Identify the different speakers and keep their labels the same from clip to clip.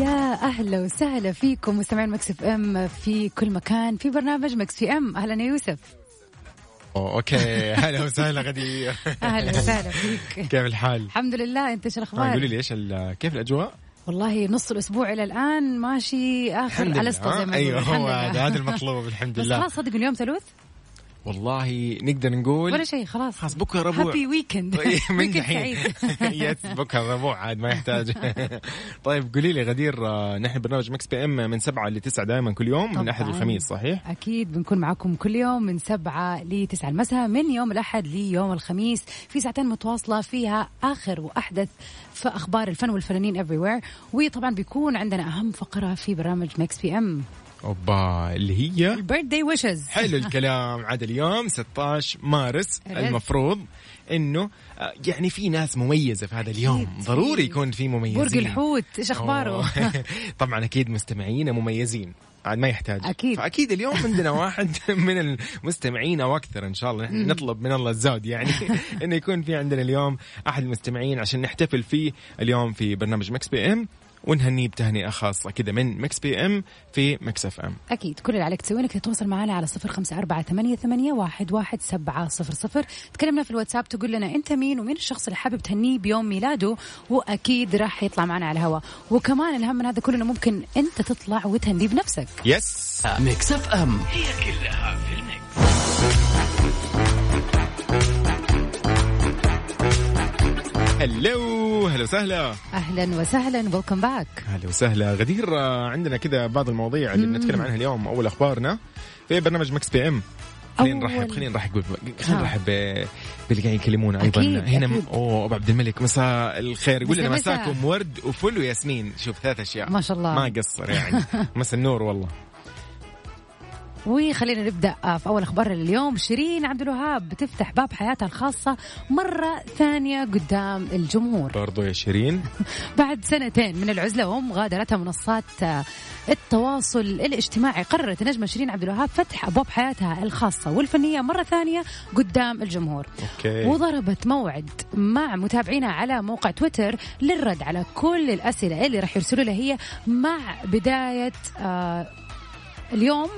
Speaker 1: يا اهلا وسهلا فيكم مستمعين مكس اف ام في كل مكان في برنامج مكس في ام اهلا يا يوسف
Speaker 2: أوه، اوكي هلا وسهلا غدير
Speaker 1: اهلا وسهلا فيك
Speaker 2: كيف الحال؟
Speaker 1: الحمد لله انت شو
Speaker 2: طبعاً قولي آه،
Speaker 1: الاخبار
Speaker 2: لي ايش ال- كيف الاجواء؟
Speaker 1: والله نص الاسبوع الى الان ماشي اخر
Speaker 2: الحمد لله،
Speaker 1: الاسطى زي ما
Speaker 2: ها؟ ايوه
Speaker 1: نقول.
Speaker 2: هو
Speaker 1: الحمد لله.
Speaker 2: هذا هذا المطلوب الحمد
Speaker 1: بس
Speaker 2: لله
Speaker 1: خلاص صدق اليوم ثلوث
Speaker 2: والله نقدر نقول
Speaker 1: ولا شيء خلاص
Speaker 2: خلاص بكره ربوع طيب،
Speaker 1: هابي ويكند
Speaker 2: من
Speaker 1: ويكند
Speaker 2: دحين
Speaker 1: سعيد
Speaker 2: يس بكره ربوع عاد ما يحتاج طيب قولي لي غدير آه، نحن برنامج مكس بي ام من سبعة لتسعة دائما كل يوم من احد
Speaker 1: طبعاً.
Speaker 2: الخميس صحيح؟
Speaker 1: أكيد بنكون معاكم كل يوم من سبعة لتسعة المساء من يوم الأحد ليوم الخميس في ساعتين متواصلة فيها آخر وأحدث في أخبار الفن والفنانين everywhere وطبعا بيكون عندنا أهم فقرة في برنامج ميكس بي أم
Speaker 2: اوبا اللي هي
Speaker 1: البيرث داي ويشز
Speaker 2: حلو الكلام عاد اليوم 16 مارس
Speaker 1: عرفت.
Speaker 2: المفروض انه آه، يعني في ناس مميزه في هذا اليوم
Speaker 1: أكيد،
Speaker 2: ضروري
Speaker 1: في
Speaker 2: يكون في مميزين
Speaker 1: برج الحوت إيش أخباره
Speaker 2: أوه. طبعا اكيد مستمعينا مميزين عاد ما يحتاج
Speaker 1: أكيد.
Speaker 2: فاكيد اليوم عندنا واحد من المستمعين او اكثر ان شاء الله نحن نطلب من الله الزاد يعني انه يكون في عندنا اليوم احد المستمعين عشان نحتفل فيه اليوم في برنامج مكس بي ام ونهنيه بتهنئه خاصه كذا من مكس بي ام في مكس اف ام
Speaker 1: أكيد كل اللي عليك تسويه إنك تتواصل معنا على صفر خمسة أربعة ثمانية ثمانية واحد واحد سبعة صفر صفر تكلمنا في الواتساب تقول لنا أنت مين ومين الشخص اللي حابب تهنيه بيوم ميلاده وأكيد راح يطلع معنا على الهواء وكمان الأهم من هذا كله إنه ممكن أنت تطلع وتهنيه بنفسك
Speaker 2: يس
Speaker 3: ميكس اف ام
Speaker 2: هلو هلا وسهلا
Speaker 1: أهلا وسهلا ويلكم باك
Speaker 2: هلا وسهلا غدير آه، عندنا كذا بعض المواضيع اللي بنتكلم عنها اليوم اول اخبارنا في برنامج مكس بي ام خلينا
Speaker 1: أول.
Speaker 2: نرحب خلينا نرحب ب- خلينا
Speaker 1: ها.
Speaker 2: نرحب ب- باللي قاعد يكلمونا ايضا
Speaker 1: أكيد،
Speaker 2: هنا
Speaker 1: أكيد.
Speaker 2: اوه ابو عبد الملك مساء الخير يقول لنا
Speaker 1: مساء، مساء.
Speaker 2: مساكم ورد وفل وياسمين شوف ثلاث اشياء
Speaker 1: ما شاء الله.
Speaker 2: ما قصر يعني مساء النور والله
Speaker 1: وخلينا نبدأ آه، في أول أخبار اليوم شيرين عبد الوهاب بتفتح باب حياتها الخاصة مرة ثانية قدام الجمهور
Speaker 2: برضو يا شيرين
Speaker 1: بعد سنتين من العزلة ومغادرتها منصات آه، التواصل الاجتماعي قررت النجمة شيرين عبد الوهاب فتح أبواب حياتها الخاصة والفنية مرة ثانية قدام الجمهور
Speaker 2: اوكي
Speaker 1: وضربت موعد مع متابعينها على موقع تويتر للرد على كل الأسئلة اللي راح يرسلوا لها هي مع بداية آه، اليوم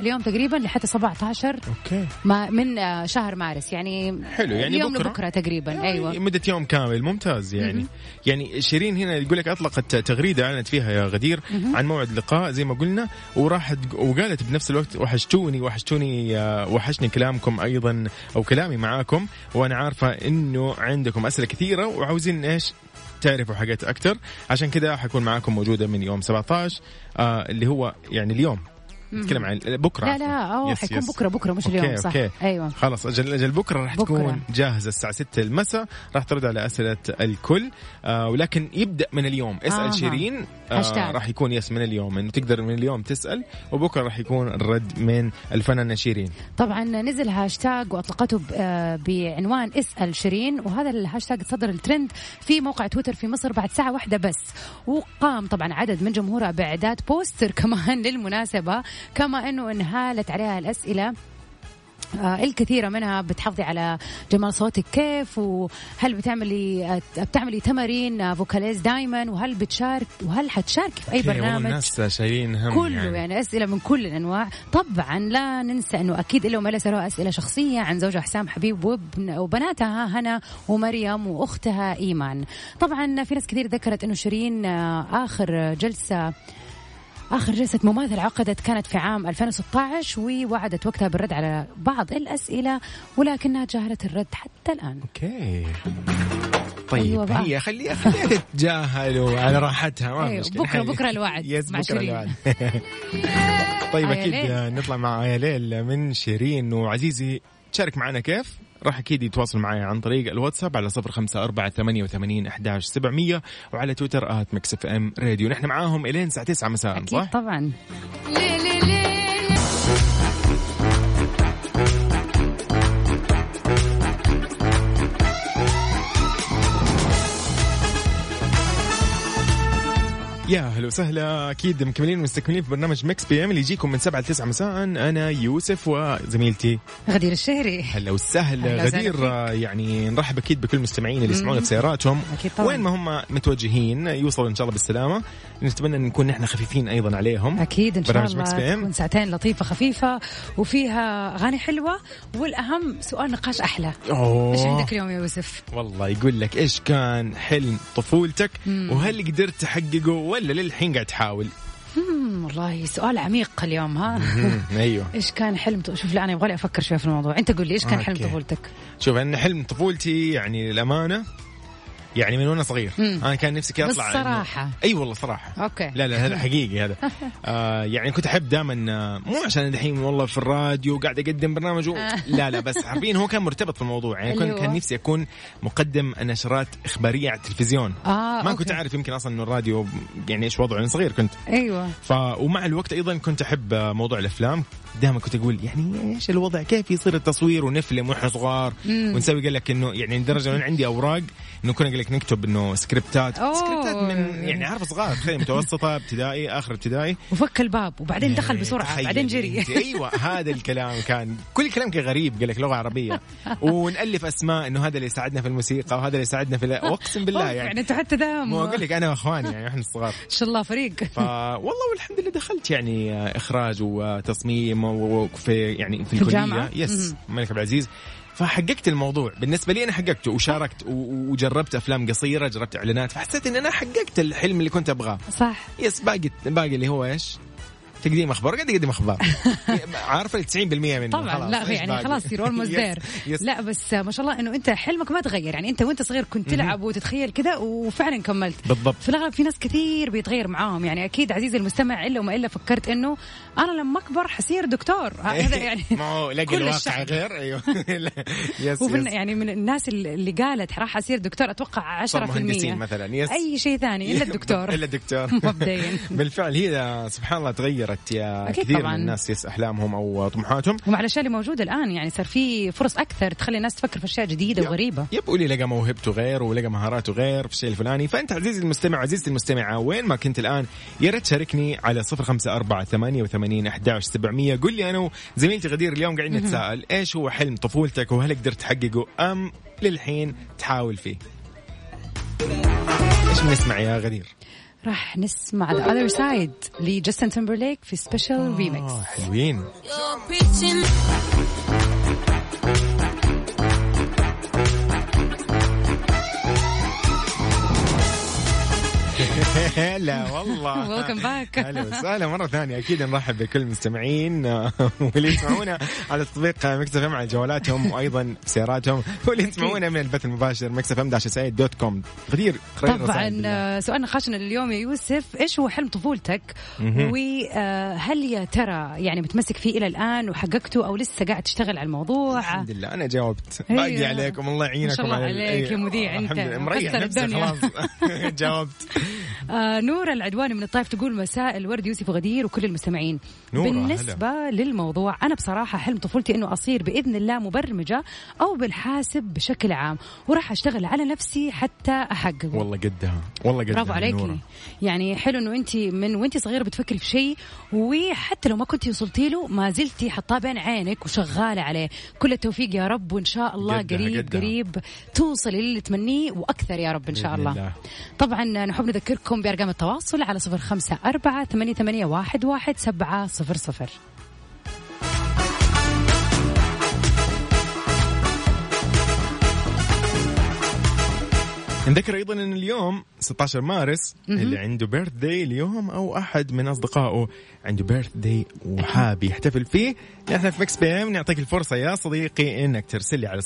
Speaker 1: اليوم تقريبا لحتى 17
Speaker 2: اوكي
Speaker 1: ما من آه، شهر مارس يعني
Speaker 2: حلو، يعني
Speaker 1: يوم
Speaker 2: بكرة.
Speaker 1: لبكره تقريبا ايوه
Speaker 2: يعني مدة يوم كامل ممتاز يعني يعني شيرين هنا يقول لك أطلقت تغريدة أعلنت فيها يا غدير عن موعد لقاء زي ما قلنا وراحت وقالت بنفس الوقت وحشتوني وحشتوني آه، وحشني كلامكم أيضا أو كلامي معاكم وأنا عارفة إنه عندكم أسئلة كثيرة وعاوزين إيش تعرفوا حاجات أكثر عشان كذا حكون معاكم موجودة من يوم 17 آه اللي هو يعني اليوم نتكلم عن بكره
Speaker 1: لا لا
Speaker 2: عفواً.
Speaker 1: اوه
Speaker 2: يس،
Speaker 1: حيكون
Speaker 2: يس.
Speaker 1: بكره بكره مش
Speaker 2: أوكي،
Speaker 1: اليوم صح
Speaker 2: أوكي.
Speaker 1: ايوه
Speaker 2: خلاص اجل اجل بكره راح
Speaker 1: بكرة.
Speaker 2: تكون جاهزه الساعه 6 المساء راح ترد على اسئله الكل آه ولكن يبدا من اليوم اسال
Speaker 1: آها.
Speaker 2: آه. شيرين آه
Speaker 1: هاشتاج.
Speaker 2: راح يكون يس من اليوم انه تقدر من اليوم تسال وبكره راح يكون الرد من الفنانه شيرين
Speaker 1: طبعا نزل هاشتاج واطلقته ب- آه، بعنوان اسال شيرين وهذا الهاشتاج تصدر الترند في موقع تويتر في مصر بعد ساعه واحده بس وقام طبعا عدد من جمهورها باعداد بوستر كمان للمناسبه كما انه انهالت عليها الاسئله آه، الكثيرة منها بتحافظي على جمال صوتك كيف وهل بتعملي آه، بتعملي تمارين آه، فوكاليز دائما وهل بتشارك وهل حتشاركي في أي
Speaker 2: أوكي، والله
Speaker 1: برنامج
Speaker 2: الناس شايلين هم
Speaker 1: كله يعني. يعني اسئله من كل الانواع طبعا لا ننسى انه اكيد الا وما لا سالوها اسئله شخصيه عن زوجها حسام حبيب وابن وبناتها هنا ومريم واختها ايمان طبعا في ناس كثير ذكرت انه شيرين آه، اخر جلسه آخر جلسة مماثلة عقدت كانت في عام 2016 ووعدت وقتها بالرد على بعض الأسئلة ولكنها تجاهلت الرد حتى الآن
Speaker 2: اوكي طيب
Speaker 1: أيوة بقى.
Speaker 2: هي خليها خليها تتجاهل وعلى راحتها ما في
Speaker 1: أيوة،
Speaker 2: مشكلة.
Speaker 1: بكرة- بكرة الوعد
Speaker 2: يس
Speaker 1: مع
Speaker 2: بكره
Speaker 1: شيرين.
Speaker 2: الوعد طيب
Speaker 1: آيا
Speaker 2: اكيد
Speaker 1: ليل.
Speaker 2: نطلع مع يا ليل من شيرين وعزيزي تشارك معنا كيف؟ راح اكيد يتواصل معي عن طريق الواتساب على 0548811700 وعلى تويتر ات ميكس اف ام راديو نحن معاهم الين الساعه 9 مساء
Speaker 1: اكيد
Speaker 2: صح؟
Speaker 1: طبعا
Speaker 2: يا هلا وسهلا اكيد مكملين ومستكملين في برنامج مكس بي ام اللي يجيكم من 7 ل 9 مساء انا يوسف وزميلتي
Speaker 1: غدير الشهري
Speaker 2: هلا وسهلا
Speaker 1: أهلا وسهلا
Speaker 2: غدير
Speaker 1: فيك.
Speaker 2: آه، يعني نرحب اكيد بكل المستمعين اللي يسمعونا في سياراتهم
Speaker 1: أكيد طبعاً.
Speaker 2: وين ما هم متوجهين يوصلوا ان شاء الله بالسلامه نتمنى ان نكون نحن خفيفين ايضا عليهم
Speaker 1: اكيد ان شاء
Speaker 2: برنامج مكس بي
Speaker 1: الله تكون
Speaker 2: ام
Speaker 1: ساعتين لطيفه خفيفه وفيها اغاني حلوه والاهم سؤال نقاش احلى ايش
Speaker 2: أوه.
Speaker 1: عندك اليوم يا يوسف
Speaker 2: والله يقول لك ايش كان حلم طفولتك وهل قدرت تحققه ولا للحين قاعد تحاول
Speaker 1: مم، والله سؤال عميق اليوم ها
Speaker 2: مم، ايوه
Speaker 1: ايش كان حلم شوف لا انا يبغى لي افكر شويه في الموضوع انت قول لي ايش كان حلم
Speaker 2: أوكي.
Speaker 1: طفولتك
Speaker 2: شوف انا حلم طفولتي يعني الامانه يعني من وانا صغير
Speaker 1: مم.
Speaker 2: انا كان نفسي كي اطلع
Speaker 1: بالصراحة.
Speaker 2: اي أيوة والله صراحه
Speaker 1: أوكي.
Speaker 2: لا لا هذا حقيقي هذا آه يعني كنت احب دائما آه، مو عشان دحين والله في الراديو قاعد اقدم برنامج و...
Speaker 1: آه.
Speaker 2: لا لا بس عارفين هو كان مرتبط في الموضوع يعني
Speaker 1: اللي
Speaker 2: كان,
Speaker 1: هو؟
Speaker 2: كان نفسي اكون مقدم نشرات اخباريه على التلفزيون
Speaker 1: آه،
Speaker 2: ما
Speaker 1: أوكي.
Speaker 2: كنت عارف يمكن اصلا انه الراديو يعني ايش وضعه انا صغير كنت
Speaker 1: ايوه
Speaker 2: ف ومع الوقت ايضا كنت احب موضوع الافلام دائما كنت اقول يعني ايش الوضع كيف يصير التصوير ونفلم واحنا صغار ونسوي قال لك انه يعني لدرجه انه عندي اوراق انه كنا قال لك نكتب انه سكريبتات
Speaker 1: أوه.
Speaker 2: سكريبتات من يعني عارف صغار تخيل متوسطه ابتدائي اخر ابتدائي
Speaker 1: وفك الباب وبعدين دخل بسرعه
Speaker 2: تخيل
Speaker 1: بعدين جري
Speaker 2: أنت. ايوه هذا الكلام كان كل الكلام كان غريب قال لك لغه عربيه ونالف اسماء انه هذا اللي يساعدنا في الموسيقى وهذا اللي يساعدنا في ال- واقسم بالله
Speaker 1: أوف، يعني
Speaker 2: يعني
Speaker 1: انت حتى ده
Speaker 2: مو اقول
Speaker 1: ما
Speaker 2: لك انا واخواني يعني احنا الصغار
Speaker 1: شاء الله فريق
Speaker 2: فوالله والحمد لله دخلت يعني اخراج وتصميم وفي يعني في
Speaker 1: في الجامعة؟
Speaker 2: الكليه يس الملك عبد العزيز فحققت الموضوع بالنسبه لي انا حققته وشاركت و- وجربت افلام قصيره جربت اعلانات فحسيت ان انا حققت الحلم اللي كنت ابغاه
Speaker 1: صح
Speaker 2: يس باقي باقي اللي هو ايش تقديم اخبار قاعد اقدم اخبار عارفه ال 90% منه
Speaker 1: طبعا لا
Speaker 2: إيش
Speaker 1: يعني
Speaker 2: باقي؟
Speaker 1: خلاص يصير اولموست
Speaker 2: يس،
Speaker 1: ذير
Speaker 2: يس.
Speaker 1: لا بس ما شاء الله انه انت حلمك ما تغير يعني انت وانت صغير كنت تلعب وتتخيل كذا وفعلا كملت
Speaker 2: بالضبط.
Speaker 1: في الاغلب في ناس كثير بيتغير معاهم يعني اكيد عزيزي المستمع الا وما الا فكرت انه انا لما اكبر حصير دكتور هذا يعني
Speaker 2: إيه، ما هو لقى
Speaker 1: كل
Speaker 2: الواقع
Speaker 1: الشعب.
Speaker 2: غير ايوه لا، يس
Speaker 1: ومن
Speaker 2: يس
Speaker 1: يعني من الناس اللي قالت راح اصير دكتور اتوقع 10%
Speaker 2: صار مهندسين مثلا، يس.
Speaker 1: اي شيء ثاني الا الدكتور
Speaker 2: الا الدكتور
Speaker 1: مبدئيا
Speaker 2: بالفعل هي سبحان الله تغيرت يا
Speaker 1: أكيد
Speaker 2: كثير
Speaker 1: طبعاً.
Speaker 2: من الناس يس احلامهم او طموحاتهم
Speaker 1: ومع الاشياء اللي موجوده الان يعني صار في فرص اكثر تخلي الناس تفكر في اشياء جديده وغريبه
Speaker 2: يب واللي لقى موهبته غير ولقى مهاراته غير في الشيء الفلاني فانت عزيزي المستمع عزيزتي المستمعه وين ما كنت الان يا ريت تشاركني على 0548811700 قول لي انا وزميلتي غدير اليوم قاعدين نتساءل ايش هو حلم طفولتك وهل قدرت تحققه ام للحين تحاول فيه ايش بنسمع يا غدير؟
Speaker 1: راح نسمع ذا اذر سايد لجاستن تمبرليك في سبيشال ريمكس
Speaker 2: آه، حلوين
Speaker 4: You're preaching.
Speaker 2: هلا والله
Speaker 1: Welcome back.
Speaker 2: هلا وسهلا مره ثانيه اكيد نرحب بكل المستمعين آه، واللي يسمعونا على تطبيق مكس ام على جوالاتهم وايضا سياراتهم واللي يسمعونا من البث المباشر مكس اف ام دوت كوم غدير قرينا رسائل
Speaker 1: طبعا
Speaker 2: بالله.
Speaker 1: آه، سؤال نقاشنا لليوم يا يوسف ايش هو حلم طفولتك وهل يا ترى يعني متمسك فيه الى الان وحققته او لسه قاعد تشتغل على الموضوع
Speaker 2: الحمد لله انا جاوبت
Speaker 1: أيوه.
Speaker 2: باقي عليكم الله يعينكم
Speaker 1: ما شاء الله
Speaker 2: على ال-
Speaker 1: عليك يا
Speaker 2: أيوه.
Speaker 1: مذيع أنت.
Speaker 2: الحمد لله مريح
Speaker 1: مكسر
Speaker 2: نفسك
Speaker 1: الدنيا.
Speaker 2: خلاص جاوبت
Speaker 1: آه نورة العدواني من الطائف تقول مساء الورد يوسف غدير وكل المستمعين
Speaker 2: نورة،
Speaker 1: بالنسبة للموضوع أنا بصراحة حلم طفولتي أنه أصير بإذن الله مبرمجة أو بالحاسب بشكل عام وراح أشتغل على نفسي حتى أحققه
Speaker 2: والله قدها والله قدها
Speaker 1: برافو
Speaker 2: يا
Speaker 1: عليكي
Speaker 2: نورة.
Speaker 1: يعني حلو انه انت من وانت صغيره بتفكري في شيء وحتى لو ما كنتي وصلتي له ما زلتي حطاه بين عينك وشغاله عليه كل التوفيق يا رب وان شاء الله
Speaker 2: قدها-
Speaker 1: قريب
Speaker 2: قدها.
Speaker 1: قريب توصلي للي تمنيه واكثر يا رب ان شاء
Speaker 2: بإذن
Speaker 1: الله.
Speaker 2: الله.
Speaker 1: طبعا نحب نذكركم بارقام التواصل على صفر خمسه اربعه ثمانيه ثمانيه واحد واحد سبعه صفر صفر
Speaker 2: نذكر ايضا ان اليوم 16 مارس اللي عنده بيرث داي اليوم او احد من اصدقائه عنده بيرث داي وحاب يحتفل فيه نحن في مكس بي ام نعطيك الفرصه يا صديقي انك ترسل لي على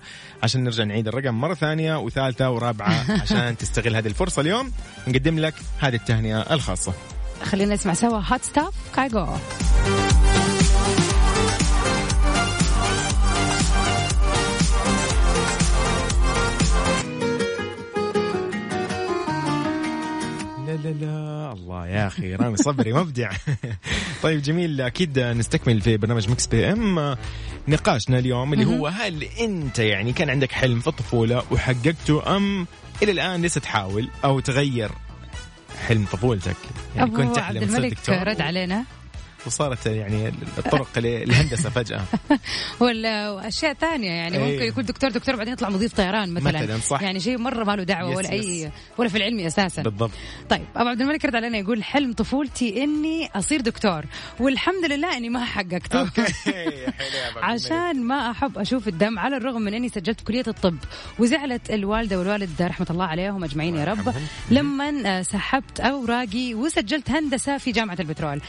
Speaker 2: 0548811700 عشان نرجع نعيد الرقم مره ثانيه وثالثه ورابعه عشان تستغل هذه الفرصه اليوم نقدم لك هذه التهنئه الخاصه
Speaker 1: خلينا نسمع سوا
Speaker 2: يعني
Speaker 1: هات ستاف كايجو
Speaker 2: لا الله يا اخي رامي صبري مبدع طيب جميل اكيد نستكمل في برنامج مكس بي ام نقاشنا اليوم اللي هو هل انت يعني كان عندك حلم في الطفوله وحققته ام الى الان لسه تحاول او تغير حلم طفولتك يعني كنت
Speaker 1: ابو
Speaker 2: تحلم
Speaker 1: عبد
Speaker 2: تصير
Speaker 1: الملك
Speaker 2: دكتور
Speaker 1: رد علينا
Speaker 2: وصارت يعني الطرق للهندسه فجاه
Speaker 1: ولا واشياء ثانيه يعني
Speaker 2: إيه.
Speaker 1: ممكن يكون دكتور دكتور بعدين يطلع مضيف طيران مثلا
Speaker 2: مثلاً، صح.
Speaker 1: يعني شيء مره ما له دعوه
Speaker 2: يس،
Speaker 1: ولا اي
Speaker 2: يس.
Speaker 1: ولا في العلمي اساسا
Speaker 2: بالضبط
Speaker 1: طيب ابو عبد الملك رد علينا يقول حلم طفولتي اني اصير دكتور والحمد لله اني ما حققته
Speaker 2: اوكي حلو يا أبو عبد الملك.
Speaker 1: عشان ما احب اشوف الدم على الرغم من اني سجلت في كليه الطب وزعلت الوالده والوالد رحمه الله عليهم اجمعين يعني يا رب
Speaker 2: يرحمهم.
Speaker 1: لما سحبت اوراقي وسجلت هندسه في جامعه البترول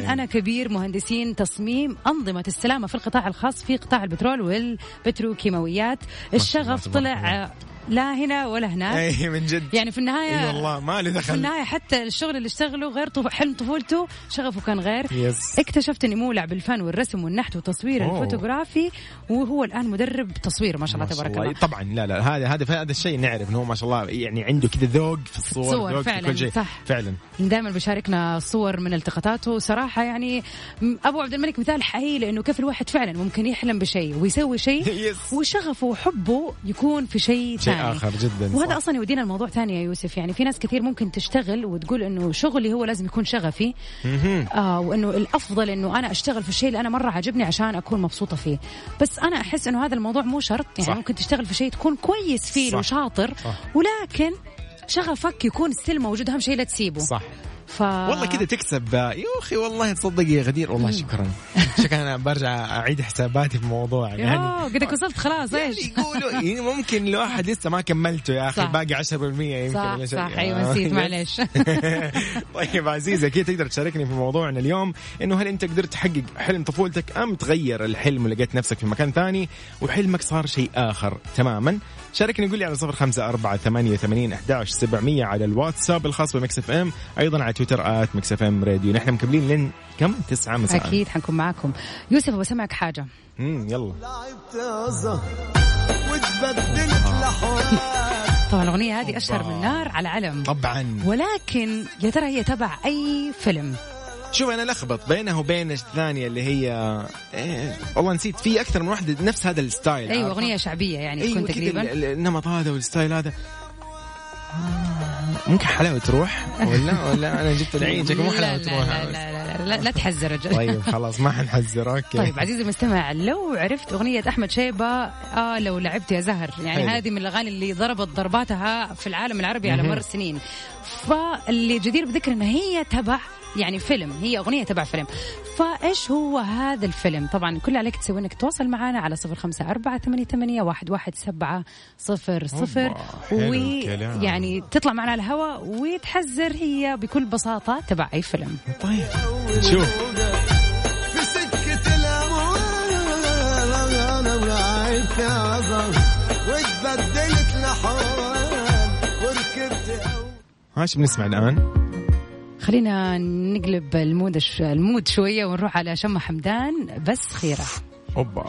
Speaker 2: أوكي.
Speaker 1: انا كبير مهندسين تصميم انظمه السلامه في القطاع الخاص في قطاع البترول والبتروكيماويات الشغف
Speaker 2: تبارك الله.
Speaker 1: طلع لا هنا ولا هناك
Speaker 2: اي إيه، من جد
Speaker 1: يعني في النهايه
Speaker 2: اي والله ما له
Speaker 1: في
Speaker 2: دخل
Speaker 1: النهاية حتى الشغل اللي اشتغله غير طف... حلم طفولته شغفه كان غير
Speaker 2: يس.
Speaker 1: اكتشفت اني مولع بالفن والرسم والنحت والتصوير
Speaker 2: أوه.
Speaker 1: الفوتوغرافي وهو الان مدرب تصوير ما شاء الله
Speaker 2: ما شاء
Speaker 1: تبارك
Speaker 2: الله.
Speaker 1: الله
Speaker 2: طبعا لا لا هذا هذا هذا الشيء نعرف انه هو ما شاء الله يعني عنده كذا ذوق في الصور
Speaker 1: صور
Speaker 2: ذوق
Speaker 1: فعلاً،
Speaker 2: في كل شيء
Speaker 1: صح.
Speaker 2: فعلا
Speaker 1: دائما بيشاركنا صور من التقاطاته صراحة يعني م- ابو عبد الملك مثال حقيقي لانه كيف الواحد فعلا ممكن يحلم بشيء ويسوي شيء
Speaker 2: يس.
Speaker 1: وشغفه وحبه يكون في
Speaker 2: شيء
Speaker 1: شيء ثاني
Speaker 2: آخر جداً،
Speaker 1: وهذا
Speaker 2: صح.
Speaker 1: اصلا يودينا الموضوع ثاني يا يوسف يعني في ناس كثير ممكن تشتغل وتقول انه شغلي هو لازم يكون شغفي آه وانه الافضل انه انا اشتغل في الشيء اللي انا مره عاجبني عشان اكون مبسوطه فيه بس انا احس انه هذا الموضوع مو شرط يعني
Speaker 2: صح.
Speaker 1: ممكن تشتغل في شيء تكون كويس فيه
Speaker 2: صح.
Speaker 1: وشاطر
Speaker 2: صح.
Speaker 1: ولكن شغفك يكون ستيل موجود اهم شيء لا تسيبه
Speaker 2: صح
Speaker 1: ف...
Speaker 2: والله كذا تكسب يا اخي والله تصدق يا غدير والله شكرا شكرا انا برجع اعيد حساباتي في موضوع يعني
Speaker 1: يوه، قدك وصلت خلاص
Speaker 2: يعني
Speaker 1: ايش
Speaker 2: يقولوا يعني ممكن لو احد لسه ما كملته يا اخي
Speaker 1: صح.
Speaker 2: باقي 10% يمكن آه،
Speaker 1: صح
Speaker 2: ولا شيء.
Speaker 1: صح ايوه نسيت
Speaker 2: يس.
Speaker 1: معلش
Speaker 2: طيب عزيزي اكيد تقدر تشاركني في موضوعنا اليوم انه هل انت قدرت تحقق حلم طفولتك ام تغير الحلم ولقيت نفسك في مكان ثاني وحلمك صار شيء اخر تماما شاركني قول لي على صفر خمسة أربعة ثمانية وثمانين أحداش سبعمية على الواتساب الخاص بمكس اف ام أيضا على تويتر آت مكس اف ام راديو نحن مكملين لين كم تسعة مساء
Speaker 1: اكيد حنكون معاكم يوسف بسمعك حاجه
Speaker 2: مم، يلا
Speaker 1: طبعا الاغنيه هذه اشهر من نار على علم
Speaker 2: طبعا
Speaker 1: ولكن يا ترى هي تبع اي فيلم
Speaker 2: شوف انا لخبط بينها وبين الثانيه اللي هي إيه، والله نسيت في اكثر من واحده نفس هذا الستايل
Speaker 1: ايوه
Speaker 2: عارفة؟
Speaker 1: اغنيه شعبيه يعني
Speaker 2: ايوه
Speaker 1: تكون
Speaker 2: آه، كذا
Speaker 1: تقريبا
Speaker 2: ال- ال- النمط هذا والستايل هذا آه، ممكن حلاوه تروح ولا ولا انا جبت العين شكله مو
Speaker 1: لا
Speaker 2: حلاوه
Speaker 1: لا لا
Speaker 2: تروح
Speaker 1: لا لا لا لا تحزر الرجل
Speaker 2: طيب خلاص ما حنحذر اوكي
Speaker 1: طيب عزيزي المستمع لو عرفت أغنية أحمد شيبة آه لو لعبت يا زهر يعني
Speaker 2: حلو.
Speaker 1: هذه من الأغاني اللي ضربت ضرباتها في العالم العربي على مر السنين فاللي جدير بذكر أنها هي تبع يعني فيلم هي أغنية تبع فيلم فإيش هو هذا الفيلم طبعا كل اللي عليك تسوي أنك تتواصل معنا على صفر خمسة أربعة ثمانية ثمانية واحد واحد سبعة صفر صفر
Speaker 2: حلو الكلام.
Speaker 1: ويعني تطلع معنا على الهواء وتحزر هي بكل بساطة تبع أي فيلم
Speaker 2: طيب شوف ايش بنسمع الان؟
Speaker 1: خلينا نقلب المود ش... المود شوية ونروح على شم حمدان بس خيرة
Speaker 2: اوبا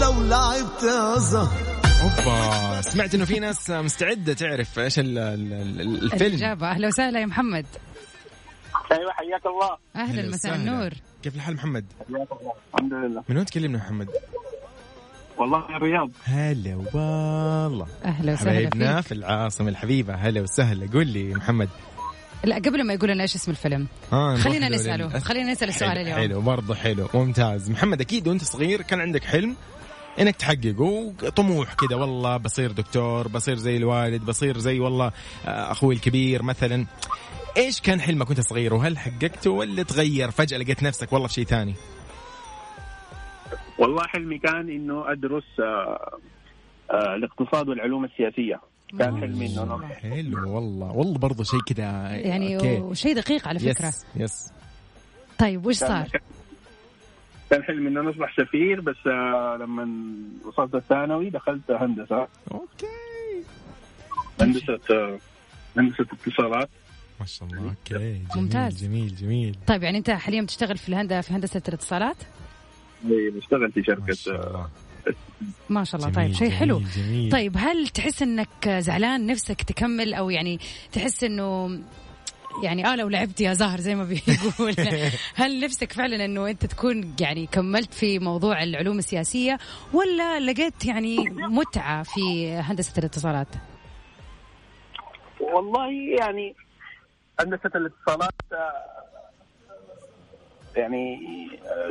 Speaker 4: لو لعبت يا زهر
Speaker 2: اوبا سمعت انه في ناس مستعده تعرف ايش ال- ال- ال- الفيلم
Speaker 1: الإجابة أهلا وسهلا يا محمد
Speaker 5: ايوه حياك الله
Speaker 1: أهلا مساء
Speaker 2: وسهلا.
Speaker 1: النور
Speaker 2: كيف الحال محمد؟
Speaker 5: حياك الله الحمد لله
Speaker 2: من وين تكلمنا محمد؟
Speaker 5: والله من الرياض
Speaker 2: هلا والله
Speaker 1: أهلا وسهلا
Speaker 2: حبايبنا
Speaker 1: فيك
Speaker 2: في العاصمه الحبيبه هلا وسهلا قول لي محمد
Speaker 1: لا قبل ما يقول لنا إيش اسم الفيلم
Speaker 2: آه نروح
Speaker 1: خلينا
Speaker 2: له
Speaker 1: نسأله
Speaker 2: لل-
Speaker 1: خلينا نسأل السؤال
Speaker 2: حلو-
Speaker 1: اليوم
Speaker 2: حلو برضه حلو ممتاز محمد اكيد وانت صغير كان عندك حلم انك تحققه طموح كذا والله بصير دكتور بصير زي الوالد بصير زي والله آه، اخوي الكبير مثلا ايش كان حلمك وانت صغير وهل حققته ولا تغير فجاه لقيت نفسك والله في شيء ثاني
Speaker 5: والله حلمي كان انه ادرس آه، آه، الاقتصاد والعلوم السياسيه كان حلمي انه انا
Speaker 2: حلو والله والله برضه شيء كذا
Speaker 1: يعني
Speaker 2: آه، أوكي.
Speaker 1: وشيء دقيق على فكرة
Speaker 2: يس يس
Speaker 1: طيب وش صار
Speaker 5: كان حلمي انه انا اصبح سفير بس آه، لما وصلت الثانوي دخلت هندسه
Speaker 2: اوكي
Speaker 5: هندسه آه، هندسه اتصالات
Speaker 2: ما شاء الله اوكي جميل
Speaker 1: ممتاز.
Speaker 2: جميل جميل
Speaker 1: طيب يعني انت حاليا بتشتغل في الهندسه في هندسه الاتصالات
Speaker 5: اشتغل في آه،
Speaker 2: ما
Speaker 5: شركه
Speaker 2: شاء الله
Speaker 1: ما شاء الله
Speaker 2: جميل،
Speaker 1: طيب شيء
Speaker 2: جميل،
Speaker 1: حلو
Speaker 2: جميل.
Speaker 1: طيب هل تحس انك زعلان نفسك تكمل او يعني تحس انه يعني اه لو لعبت يا زهر زي ما بيقول هل نفسك فعلا انه انت تكون يعني كملت في موضوع العلوم السياسيه ولا لقيت يعني متعه في هندسه الاتصالات؟
Speaker 5: والله يعني هندسه الاتصالات آه، يعني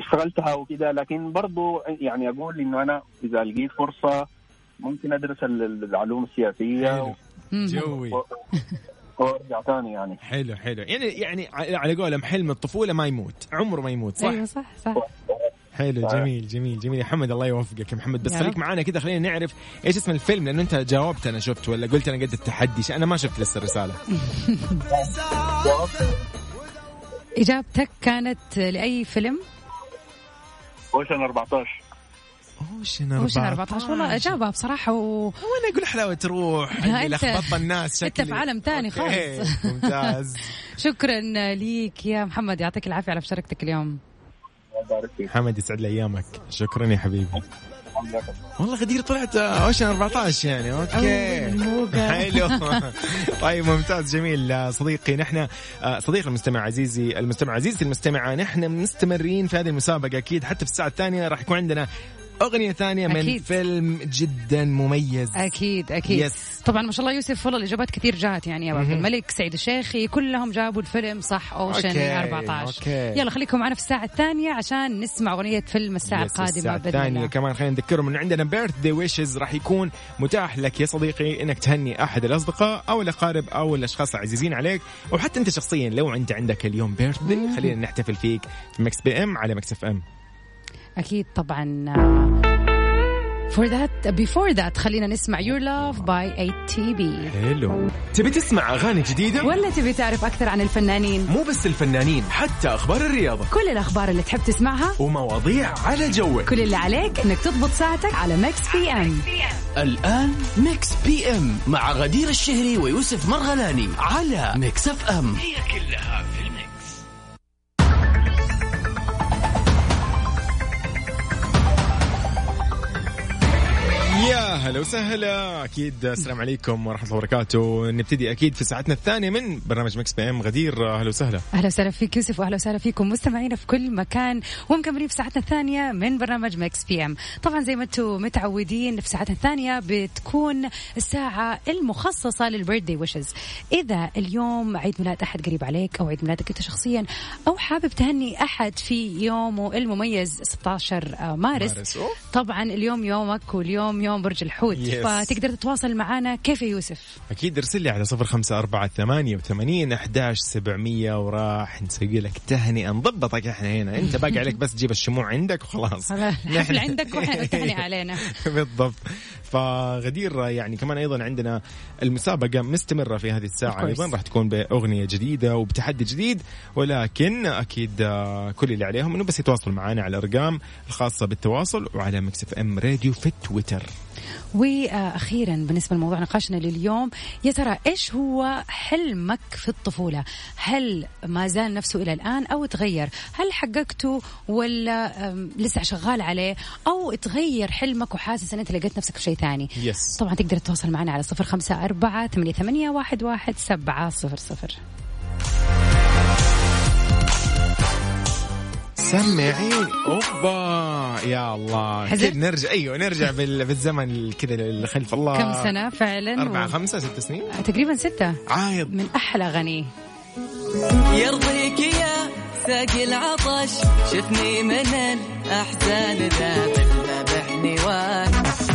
Speaker 5: اشتغلتها وكده لكن برضو يعني اقول انه انا اذا لقيت فرصه ممكن ادرس ال- العلوم السياسيه و-
Speaker 1: مم.
Speaker 2: جوي
Speaker 5: وارجع ثاني يعني
Speaker 2: حلو حلو يعني يعني على على قولهم حلم الطفوله ما يموت عمره ما يموت صح
Speaker 1: ايوه صح صح
Speaker 2: حلو
Speaker 5: صح.
Speaker 2: جميل جميل جميل يا محمد الله يوفقك يا محمد بس
Speaker 1: يا
Speaker 2: خليك
Speaker 1: رب.
Speaker 2: معانا كذا خلينا نعرف ايش اسم الفيلم لانه انت جاوبت انا شفت ولا قلت انا قد التحدي ش- انا ما شفت لسه الرساله
Speaker 1: اجابتك كانت لاي فيلم؟
Speaker 5: اوشن 14
Speaker 2: اوشن
Speaker 1: اوشن 14
Speaker 2: آه.
Speaker 1: والله اجابه بصراحه و...
Speaker 2: وانا اقول حلاوه روح
Speaker 1: لا،
Speaker 2: اللي
Speaker 1: أنت-
Speaker 2: لخبطت الناس
Speaker 1: أنت
Speaker 2: شكلي
Speaker 1: في عالم تاني
Speaker 2: أوكي.
Speaker 1: خالص.
Speaker 2: ممتاز
Speaker 1: شكرا ليك يا محمد يعطيك العافيه على مشاركتك اليوم
Speaker 2: محمد يسعد لي ايامك شكرا يا حبيبي والله غدير طلعت اوشن 14 يعني
Speaker 1: أول
Speaker 2: اوكي
Speaker 1: الموجة.
Speaker 2: حلو طيب ممتاز جميل آه، صديقي نحن آه، صديقي المستمع عزيزي المستمع عزيزتي المستمعه نحن مستمرين في هذه المسابقه اكيد حتى في الساعه الثانيه راح يكون عندنا اغنيه ثانيه من
Speaker 1: أكيد.
Speaker 2: فيلم جدا مميز
Speaker 1: اكيد اكيد
Speaker 2: Yes.
Speaker 1: طبعا ما شاء الله يوسف والله الاجابات كثير جات يعني يا أبو عبد
Speaker 2: مهم.
Speaker 1: الملك سعيد الشيخي كلهم جابوا الفيلم صح اوشن
Speaker 2: أوكي،
Speaker 1: 14
Speaker 2: أوكي.
Speaker 1: يلا خليكم معنا في الساعه الثانيه عشان نسمع اغنيه فيلم الساعه
Speaker 2: يس، الساعة
Speaker 1: القادمه باذن
Speaker 2: الثانية
Speaker 1: الله
Speaker 2: كمان خلينا نذكرهم انه عندنا بيرث داي ويشز راح يكون متاح لك يا صديقي انك تهني احد الاصدقاء او الاقارب او الاشخاص العزيزين عليك او حتى انت شخصيا لو انت عندك اليوم بيرث داي خلينا نحتفل فيك في مكس بي ام على مكس اف ام
Speaker 1: اكيد طبعا فور ذات بيفور ذات خلينا نسمع يور لاف باي اي تي بي
Speaker 2: حلو
Speaker 6: تبي تسمع أغاني جديدة؟
Speaker 1: ولا تبي تعرف اكثر عن الفنانين
Speaker 6: مو بس الفنانين حتى أخبار الرياضة
Speaker 1: كل الاخبار اللي تحب تسمعها
Speaker 6: ومواضيع على جوك
Speaker 1: كل اللي عليك انك تضبط ساعتك على ميكس بي ام
Speaker 3: الآن ميكس بي ام مع غدير الشهري ويوسف مرغلاني على ميكس اف ام
Speaker 2: يا هلا وسهلا اكيد السلام عليكم ورحمه الله وبركاته نبتدي اكيد في ساعتنا الثانيه من برنامج مكس بي ام غدير اهلا وسهلا
Speaker 1: اهلا وسهلا فيك يوسف واهلا وسهلا فيكم مستمعينا في كل مكان ومكملين في ساعتنا الثانيه من برنامج مكس بي ام طبعا زي ما انتم متعودين في ساعتنا الثانيه بتكون الساعه المخصصه للبيرثدي ويشز اذا اليوم عيد ميلاد احد قريب عليك او عيد ميلادك انت شخصيا او حابب تهني احد في يومه المميز 16 مارس,
Speaker 2: مارس،
Speaker 1: مارس.
Speaker 2: أوه.
Speaker 1: طبعا اليوم يومك واليوم يوم برج الحوت
Speaker 2: Yes.
Speaker 1: فتقدر تتواصل معنا كيف يا يوسف
Speaker 2: اكيد ارسل لي على صفر خمسة أربعة ثمانية وثمانين أحداش سبعمية وراح نسوي لك تهنئة نضبطك احنا هنا انت باقي عليك بس تجيب الشموع عندك وخلاص
Speaker 1: الحفل عندك واحنا تهني علينا
Speaker 2: بالضبط فغدير يعني كمان ايضا عندنا المسابقه مستمره في هذه
Speaker 1: Of
Speaker 2: الساعه
Speaker 1: course.
Speaker 2: ايضا راح تكون باغنيه جديده وبتحدي جديد ولكن اكيد آه، كل اللي عليهم انه بس يتواصلوا معنا على الارقام الخاصه بالتواصل وعلى مكس اف ام راديو في تويتر
Speaker 1: واخيرا بالنسبه لموضوع نقاشنا لليوم يا ترى ايش هو حلمك في الطفوله؟ هل ما زال نفسه الى الان او تغير؟ هل حققته ولا أم، لسه شغال عليه او تغير حلمك وحاسس ان انت لقيت نفسك في شيء ثاني؟
Speaker 2: Yes.
Speaker 1: طبعا تقدر تتواصل معنا على صفر خمسه اربعه ثمانيه ثمانيه واحد واحد سبعه صفر صفر.
Speaker 2: سمعي اوبا يا الله
Speaker 1: حزر؟
Speaker 2: اكيد نرجع ايوه نرجع بال... بالزمن كذا اللي خلف الله
Speaker 1: كم سنه فعلا؟
Speaker 2: آه، أربعة
Speaker 1: و-
Speaker 2: خمسة ست سنين
Speaker 1: تقريبا سته
Speaker 2: عايض
Speaker 1: من احلى غنيه
Speaker 7: يرضيك يا ساقي العطش شفني من الأحزان ذاب اللبحني وانس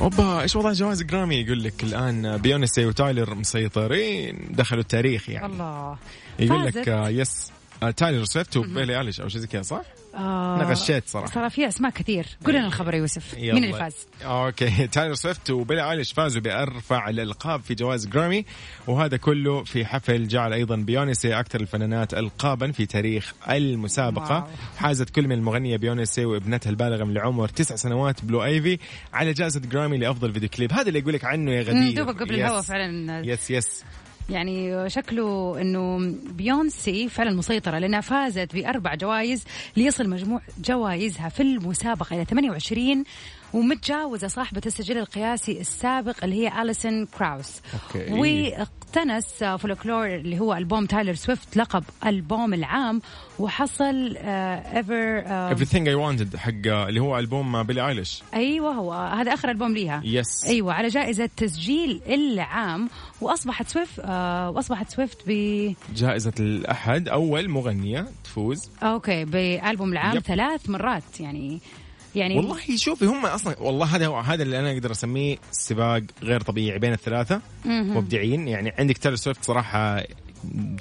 Speaker 2: اوبا ايش وضع جوائز جرامي يقول لك الان بيونسي وتايلر مسيطرين دخلوا التاريخ يعني
Speaker 1: الله
Speaker 2: يقول
Speaker 1: فازت.
Speaker 2: لك آه، يس آه، تايلر سويفت وبيلي اليش او شيء زي كذا صح؟
Speaker 1: آه
Speaker 2: انا غشيت صراحه
Speaker 1: صراحة في اسماء كثير قول لنا الخبر يا يوسف
Speaker 2: يلا.
Speaker 1: مين اللي فاز
Speaker 2: اوكي تايلر سويفت وبيلي ايليش فازوا بارفع الالقاب في جوائز جرامي وهذا كله في حفل جعل ايضا بيونسي اكثر الفنانات القابا في تاريخ المسابقه
Speaker 1: واو.
Speaker 2: حازت كل من المغنيه بيونسي وابنتها البالغه من العمر تسع سنوات بلو ايفي على جائزه جرامي لافضل فيديو كليب هذا اللي اقول لك عنه يا
Speaker 1: مم،
Speaker 2: غدير
Speaker 1: دوبك قبل
Speaker 2: يس.
Speaker 1: الهوا فعلا
Speaker 2: يس يس
Speaker 1: يعني شكله انه بيونسي فعلا مسيطره لانها فازت باربع جوائز ليصل مجموع جوائزها في المسابقه الى 28 ومتجاوزه صاحبه السجل القياسي السابق اللي هي اليسون كراوس
Speaker 2: أوكي.
Speaker 1: واقتنس فولكلور اللي هو البوم تايلر سويفت لقب البوم العام وحصل آه، ايفر
Speaker 2: everything I wanted حق اللي هو البوم بيلي ايليش
Speaker 1: ايوه هو هذا اخر البوم ليها
Speaker 2: يس.
Speaker 1: ايوه على جائزه تسجيل العام واصبحت سويفت آه واصبحت سويفت ب
Speaker 2: جائزه الاحد اول مغنيه تفوز
Speaker 1: اوكي بالبوم العام
Speaker 2: يب.
Speaker 1: ثلاث مرات يعني يعني
Speaker 2: والله شوفي هم اصلا والله هذا هو هذا اللي انا اقدر اسميه سباق غير طبيعي بين الثلاثه
Speaker 1: مهم.
Speaker 2: مبدعين يعني عندك تايلر سويفت صراحه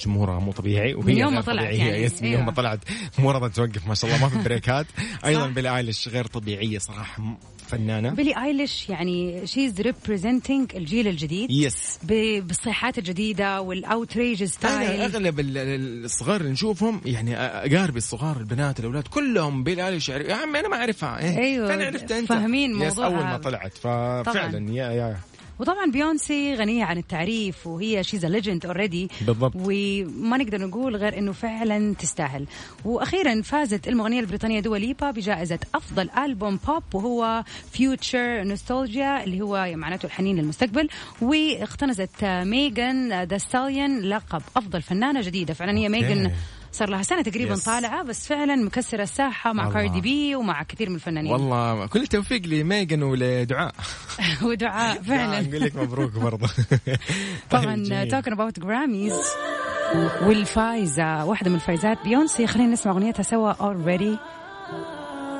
Speaker 2: جمهورها مو طبيعي وهي
Speaker 1: من يوم ما
Speaker 2: غير
Speaker 1: طلعت
Speaker 2: طبيعية.
Speaker 1: يعني.
Speaker 2: يس من يوم ما
Speaker 1: أيوة.
Speaker 2: طلعت مو راضيه توقف ما شاء الله ما في بريكات ايضا
Speaker 1: صح.
Speaker 2: بيلي ايليش غير طبيعيه صراحه م- فنانه
Speaker 1: بيلي ايليش يعني شيز ريبريزنتينج الجيل الجديد
Speaker 2: يس
Speaker 1: ب- بالصيحات الجديده والاوتريج
Speaker 2: انا
Speaker 1: ستايل
Speaker 2: اغلب ال- ال- الصغار اللي نشوفهم يعني اقاربي الصغار البنات الاولاد كلهم بيلي ايليش يعرف- يا عمي انا ما اعرفها إيه.
Speaker 1: أيوة،
Speaker 2: فانا عرفتها انت
Speaker 1: فاهمين
Speaker 2: يس اول
Speaker 1: موضوعها.
Speaker 2: ما طلعت ففعلا يا يا
Speaker 1: وطبعا بيونسي غنيه عن التعريف وهي شيز ا ليجند اوريدي
Speaker 2: بالضبط.
Speaker 1: وما نقدر نقول غير انه فعلا تستاهل واخيرا فازت المغنيه البريطانيه دوا ليبا بجائزه افضل البوم بوب وهو فيوتشر نوستالجيا اللي هو معناته الحنين للمستقبل واقتنزت ميغان ذا ستاليون لقب افضل فنانه جديده فعلا هي ميغان صار لها سنه تقريبا
Speaker 2: يس.
Speaker 1: طالعه بس فعلا مكسره الساحه مع
Speaker 2: الله.
Speaker 1: كاردي بي ومع كثير من الفنانين
Speaker 2: والله كل التوفيق لميغن ولدعاء
Speaker 1: ودعاء فعلا
Speaker 2: نقول لك مبروك برضه
Speaker 1: طبعا
Speaker 2: جميل.
Speaker 1: توكن اباوت جراميز والفايزه واحده من الفايزات بيونسي خلينا نسمع اغنيتها سوا اوريدي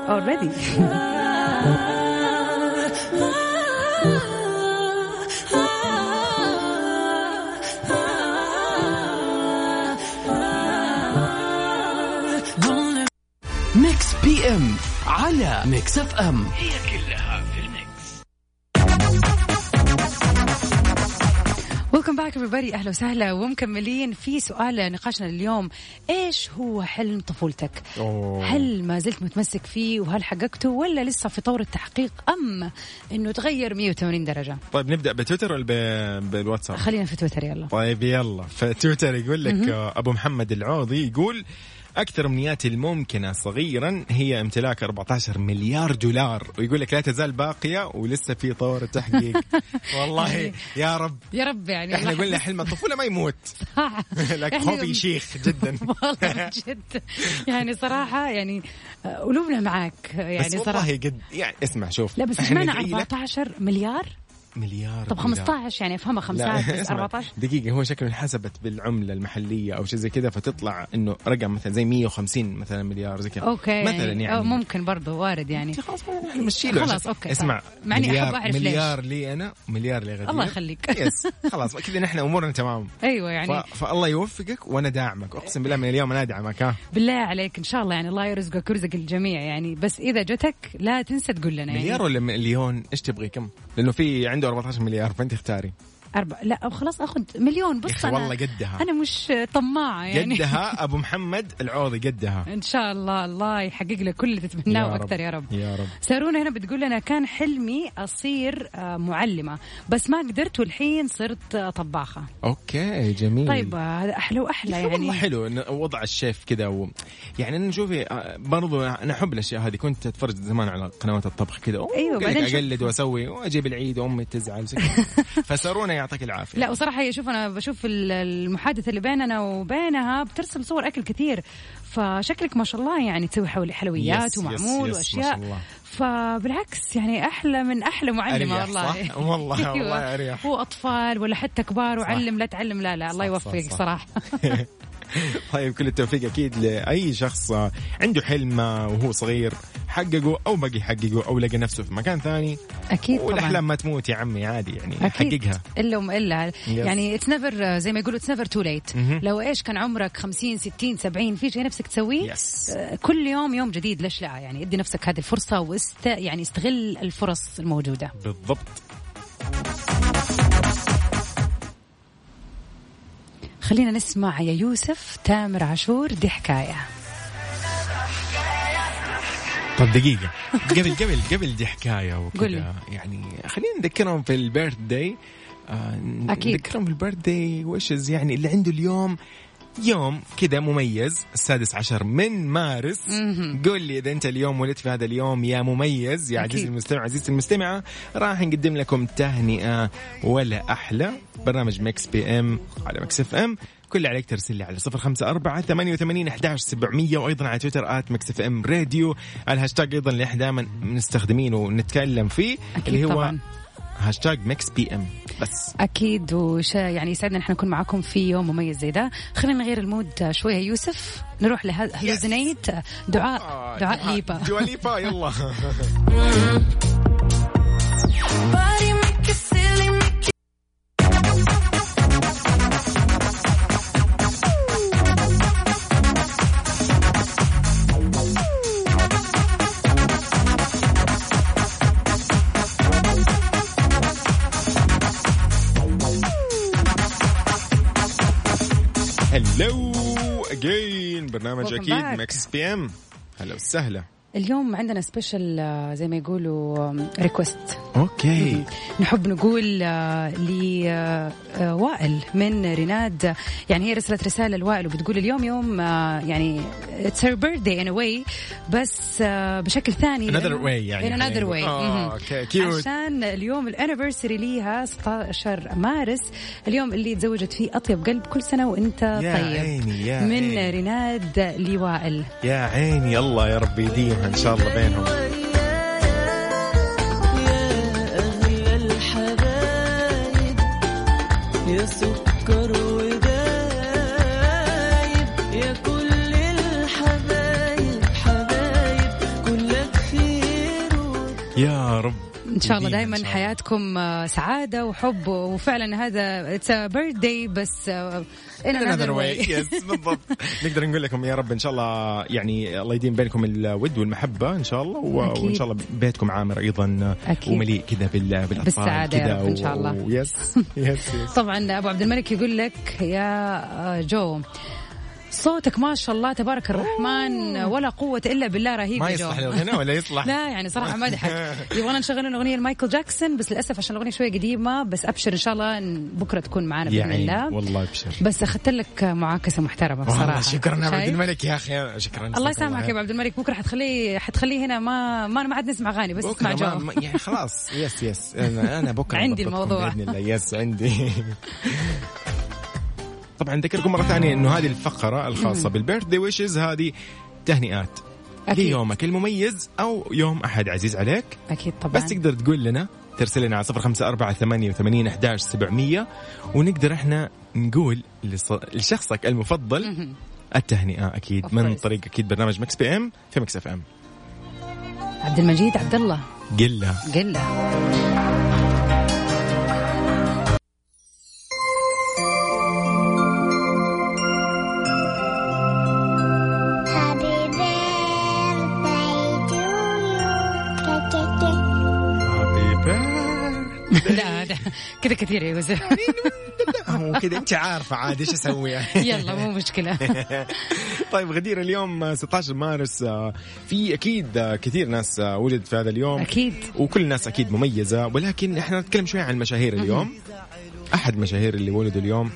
Speaker 1: اوريدي
Speaker 3: ميكس بي ام على ميكس اف ام
Speaker 1: ويلكم باك everybody اهلا وسهلا ومكملين في سؤال نقاشنا اليوم ايش هو حلم طفولتك؟
Speaker 2: أوه.
Speaker 1: هل ما زلت متمسك فيه وهل حققته ولا لسه في طور التحقيق ام انه تغير 180 درجه؟
Speaker 2: طيب نبدا بتويتر ولا ب- بالواتساب؟
Speaker 1: خلينا في تويتر يلا
Speaker 2: طيب يلا فتويتر يقول لك آه، ابو محمد العوضي يقول اكثر امنياتي الممكنه صغيرا هي امتلاك 14 مليار دولار ويقول لك لا تزال باقيه ولسه في طور التحقيق والله يا رب
Speaker 1: يا رب يعني
Speaker 2: احنا
Speaker 1: الواحد
Speaker 2: قلنا حلم الطفوله ما يموت
Speaker 1: صح. يعني
Speaker 2: لك
Speaker 1: إحنا-
Speaker 2: خوفي شيخ جدا
Speaker 1: والله جد يعني صراحة يعني آه، قلوبنا معاك
Speaker 2: بس
Speaker 1: يعني صراحة
Speaker 2: والله قد يعني اسمع شوف
Speaker 1: لا بس ايش
Speaker 2: إحنا
Speaker 1: معنى
Speaker 2: ندعي لك
Speaker 1: 14 مليار؟
Speaker 2: مليار
Speaker 1: طب
Speaker 2: دولار.
Speaker 1: 15 يعني افهمها خمسات
Speaker 2: لا،
Speaker 1: بس
Speaker 2: اسمع،
Speaker 1: 14
Speaker 2: دقيقة هو شكله انحسبت بالعملة المحلية أو شيء زي كذا فتطلع إنه رقم مثلا زي 150 مثلا مليار زي كذا
Speaker 1: اوكي
Speaker 2: مثلا يعني
Speaker 1: أو ممكن برضه وارد يعني
Speaker 2: خلاص مشي له
Speaker 1: خلاص،
Speaker 2: عشان-
Speaker 1: أوكي،
Speaker 2: اسمع
Speaker 1: طيب. مع إني
Speaker 2: مليار-
Speaker 1: أحب أعرف ليش.
Speaker 2: مليار لي أنا ومليار لغدير
Speaker 1: الله يخليك.
Speaker 2: يس خلاص كذا نحن أمورنا تمام
Speaker 1: ايوه يعني
Speaker 2: ف... فالله يوفقك وأنا داعمك أقسم بالله من اليوم أنا أدعمك ها
Speaker 1: بالله عليك ان شاء الله يعني الله يرزقك ويرزق الجميع يعني بس اذا جتك لا تنسى تقول لنا يعني
Speaker 2: مليار ولا مليون إيش تبغي كم؟ لأنه في عنده 14 مليار فأنت اختاري
Speaker 1: أربع لا أو خلاص اخذ مليون
Speaker 2: يا
Speaker 1: بص
Speaker 2: أخي
Speaker 1: أنا-
Speaker 2: والله قدها
Speaker 1: انا مش طماعة يعني
Speaker 2: قدها أبو محمد العوضي قدها
Speaker 1: ان شاء الله الله يحقق لك كل اللي
Speaker 2: يا
Speaker 1: تتمناه
Speaker 2: رب.
Speaker 1: واكثر يا رب
Speaker 2: يا رب.
Speaker 1: سارونا هنا بتقول لنا كان حلمي اصير آه، معلمه بس ما قدرت والحين صرت آه، طباخه
Speaker 2: أوكي جميل
Speaker 1: طيب آه، هذا احلى واحلى
Speaker 2: والله
Speaker 1: يعني
Speaker 2: حلو إن وضع الشيف كذا و... يعني انا شوفي آه، برضو انا احب الاشياء هذه كنت اتفرج زمان على قنوات الطبخ كذا أوه،
Speaker 1: أيوة،
Speaker 2: كذا
Speaker 1: بعدين شوف.
Speaker 2: اقلد واسوي واجيب العيد وامي تزعل زي كذا. فسارونا يعطيك العافيه
Speaker 1: لا وصراحه هي شوف انا بشوف ال- المحادثه اللي بيننا وبينها بترسم صور اكل كثير فشكلك ما شاء الله يعني تسوي حول حلويات
Speaker 2: يس، يس،
Speaker 1: ومعمول
Speaker 2: يس، ما شاء
Speaker 1: واشياء
Speaker 2: الله.
Speaker 1: فبالعكس يعني احلى من احلى معلمه
Speaker 2: أريح،
Speaker 1: والله
Speaker 2: صح؟ والله-
Speaker 1: أيوة.
Speaker 2: والله أريح.
Speaker 1: واطفال ولا حتى كبار وعلم لا تعلم لا لا الله
Speaker 2: صح، صح،
Speaker 1: يوفقك
Speaker 2: صح.
Speaker 1: صراحه
Speaker 2: طيب كل التوفيق اكيد لاي شخص عنده حلم وهو صغير حققه او باقي يحققه او لقى نفسه في مكان ثاني
Speaker 1: اكيد طبعا
Speaker 2: والاحلام ما تموت يا عمي عادي يعني
Speaker 1: اكيد
Speaker 2: حققها
Speaker 1: الا وما الا يعني اتس نيفر زي ما يقولوا اتس نيفر تو ليت
Speaker 2: Mm-hmm.
Speaker 1: لو ايش كان عمرك 50 60 70 في شيء نفسك تسويه
Speaker 2: Yes.
Speaker 1: آه، كل يوم يوم جديد ليش لا يعني ادي نفسك هذه الفرصه واست يعني استغل الفرص الموجوده
Speaker 2: بالضبط
Speaker 1: خلينا نسمع يا يوسف تامر عاشور دي حكايه
Speaker 2: طب دقيقة قبل قبل قبل دي حكاية
Speaker 1: قل لي.
Speaker 2: وكذا يعني خلينا نذكرهم في البيرث داي آه،
Speaker 1: أكيد.
Speaker 2: نذكرهم في البيرث داي ويشز يعني اللي عنده اليوم يوم كذا مميز السادس عشر من مارس قول لي اذا انت اليوم ولدت في هذا اليوم يا مميز يا عزيزي
Speaker 1: أكيد.
Speaker 2: المستمع عزيزتي المستمعه راح نقدم لكم تهنئه ولا احلى برنامج مكس بي ام على مكس اف ام كل اللي عليك ترسل لي على 054 88 11 700 وايضا على تويتر ات مكس اف ام راديو الهاشتاج ايضا اللي احنا دائما مستخدمينه ونتكلم فيه
Speaker 1: أكيد
Speaker 2: اللي هو
Speaker 1: طبعاً.
Speaker 2: هاشتاج مكس بي ام بس
Speaker 1: اكيد وش يعني يسعدنا نحن نكون معاكم في يوم مميز زي ده خلينا نغير المود شويه يا يوسف نروح لهلوزنيت
Speaker 2: آه،
Speaker 1: دعاء آه، دعاء ليبا
Speaker 2: دواليبا يلا
Speaker 7: Body make you silly, make you
Speaker 2: هلو اجين برنامج
Speaker 1: Welcome
Speaker 2: اكيد
Speaker 1: back.
Speaker 2: مكس بي ام هلا وسهلا
Speaker 1: اليوم عندنا سبيشل زي ما يقولوا ريكوست
Speaker 2: اوكي
Speaker 1: نحب نقول آه، لوائل من ريناد يعني هي رسلت رساله لوائل وبتقول اليوم يوم آه، يعني اتس هير بيرثدي ان واي بس آه، بشكل ثاني
Speaker 2: Another way يعني
Speaker 1: ان انذر واي
Speaker 2: آه، أوكي، cute.
Speaker 1: عشان اليوم الانيفرساري ليها 16 مارس اليوم اللي تزوجت فيه اطيب قلب كل سنه وانت
Speaker 2: يا
Speaker 1: طيب
Speaker 2: عيني، يا
Speaker 1: من
Speaker 2: عيني.
Speaker 1: ريناد لوائل
Speaker 2: يا عيني الله يا رب يديمها ان شاء الله بينهم
Speaker 7: يا أغلى الحبايب يا سكر ودايب يا كل الحبايب حبايب كلك خير و-
Speaker 2: يا رب
Speaker 1: ان شاء الله
Speaker 2: يديمها إن
Speaker 1: دائما
Speaker 2: شاء
Speaker 1: حياتكم آه، سعاده وحب وفعلا هذا اتس بيرثدي بس آه، ان انذر واي
Speaker 2: يس بالضبط نقدر نقول لكم يا رب ان شاء الله يعني الله يديم بينكم الود والمحبه ان شاء الله و...
Speaker 1: أكيد.
Speaker 2: وان شاء الله بيتكم عامر ايضا
Speaker 1: أكيد.
Speaker 2: ومليء كذا بال... بالاطفال
Speaker 1: بالسعادة يا
Speaker 2: كذا
Speaker 1: رب إن شاء الله.
Speaker 2: و... يس يس يس
Speaker 1: طبعا ابو عبد الملك يقول لك يا آه، جو صوتك ما شاء الله تبارك الرحمن ولا قوة إلا بالله رهيب
Speaker 2: ما
Speaker 1: يا جو.
Speaker 2: يصلح للغناء ولا يصلح
Speaker 1: لا يعني صراحة ما ضحك يبغانا نشغل أغنية مايكل جاكسون بس للأسف عشان الأغنية شوية قديمة بس أبشر إن شاء الله إن بكرة تكون معنا
Speaker 2: يا
Speaker 1: بإذن
Speaker 2: عيني
Speaker 1: الله
Speaker 2: والله ابشر
Speaker 1: بس أخذت لك معاكسة محترمة
Speaker 2: والله
Speaker 1: بصراحة
Speaker 2: شكرا يا عبد
Speaker 1: شايف؟
Speaker 2: الملك يا اخي شكرا
Speaker 1: الله يسامحك يا ابو عبد الملك بكره حتخليه حتخليه هنا ما ما ما عاد نسمع اغاني بس
Speaker 2: بكره
Speaker 1: اسمع
Speaker 2: ما
Speaker 1: جو
Speaker 2: ما- يعني خلاص يس يس انا انا بكره
Speaker 1: عندي
Speaker 2: بضبطكم
Speaker 1: الموضوع.
Speaker 2: باذن الله يس عندي طبعا نذكركم مره ثانيه انه هذه الفقره الخاصه بالبيرث داي ويشز هذه تهنئات
Speaker 1: أكيد.
Speaker 2: ليومك المميز او يوم احد عزيز عليك
Speaker 1: اكيد طبعا
Speaker 2: بس تقدر تقول لنا ترسل لنا على صفر خمسة أربعة ثمانية وثمانين أحداش سبعمية ونقدر إحنا نقول لص- لشخصك المفضل التهنئة أكيد
Speaker 1: Of
Speaker 2: من
Speaker 1: course.
Speaker 2: طريق أكيد برنامج مكس بي إم في مكس إف إم
Speaker 1: عبد المجيد عبد الله
Speaker 2: قل لها
Speaker 1: قل له.
Speaker 8: Happy birthday to you.
Speaker 1: لا لا كذا كثير يا يوسف
Speaker 2: وكذا انت عارفه عاد ايش اسوي
Speaker 1: يلا مو مشكله
Speaker 2: طيب غدير اليوم آه، 16 مارس آه، في اكيد آه، كثير ناس آه، ولد في هذا اليوم
Speaker 1: أكيد.
Speaker 2: وكل الناس اكيد مميزه ولكن احنا نتكلم شوي عن مشاهير اليوم احد مشاهير اللي ولدوا اليوم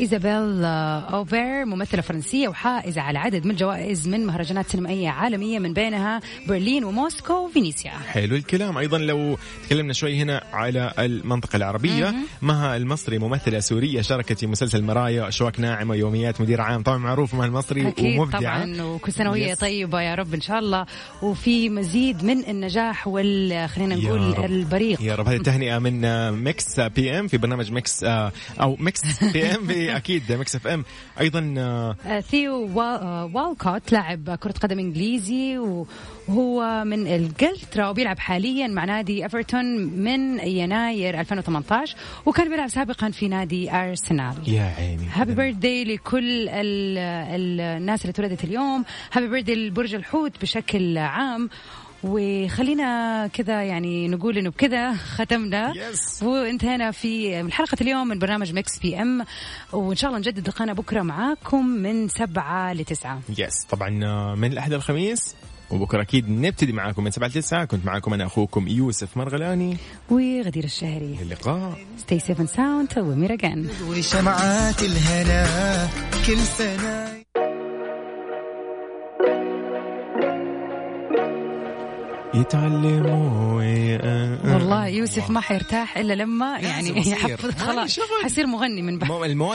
Speaker 1: ايزابيل آه، اوفير ممثله فرنسيه وحائزه على عدد من الجوائز من مهرجانات سينمائيه عالميه من بينها برلين وموسكو وفينيسيا
Speaker 2: حلو الكلام ايضا لو تكلمنا شوي هنا على المنطقه العربيه مها المصري ممثله سوريه شاركت في مسلسل مرايا اشواك ناعمه يوميات مدير عام طبعا معروف مها المصري
Speaker 1: أكيد
Speaker 2: ومبدعه
Speaker 1: طبعا وكل سنة وهي
Speaker 2: Yes.
Speaker 1: طيبة يا رب إن شاء الله وفي مزيد من النجاح وال خلينا
Speaker 2: يا
Speaker 1: نقول
Speaker 2: رب.
Speaker 1: البريق
Speaker 2: يا رب هذه تهنئه من آه، ميكس آه، بي ام في برنامج ميكس آه، او ميكس بي ام في اي اكيد مكس اف ام ايضا آه،
Speaker 1: آه، ثيو وا- آه، والكوت لاعب كرة قدم انجليزي و- وهو من انجلترا وبيلعب حاليا مع نادي ايفرتون من يناير 2018 وكان بيلعب سابقا في نادي ارسنال
Speaker 2: يا عيني
Speaker 1: هابي بيرثدي لكل ال- ال- الناس اللي اتولدت اليوم هابي بيرثدي لبرج الحوت بشكل عام وخلينا كذا يعني نقول انه بكذا ختمنا
Speaker 2: Yes.
Speaker 1: وانتهينا في حلقة اليوم من برنامج مكس بي ام وان شاء الله نجدد لقانا بكرة معاكم من سبعة لتسعة
Speaker 2: يس طبعا آه، من الاحد الخميس وبكره اكيد نبتدي معاكم من 7 ل 9 كنت معاكم انا اخوكم يوسف مرغلاني
Speaker 1: وغدير الشهري
Speaker 2: الى اللقاء
Speaker 1: ستي سيفن ساوند وميراجان
Speaker 4: وشمعات الهنا كل سنه
Speaker 2: يتعلموا ويأ-
Speaker 1: والله يوسف ما حيرتاح الا لما يعني
Speaker 2: لازم أصير.
Speaker 1: يحفظ
Speaker 2: ما لي
Speaker 1: خلاص
Speaker 2: شغل.
Speaker 1: حيصير مغني من بعد
Speaker 2: المواسم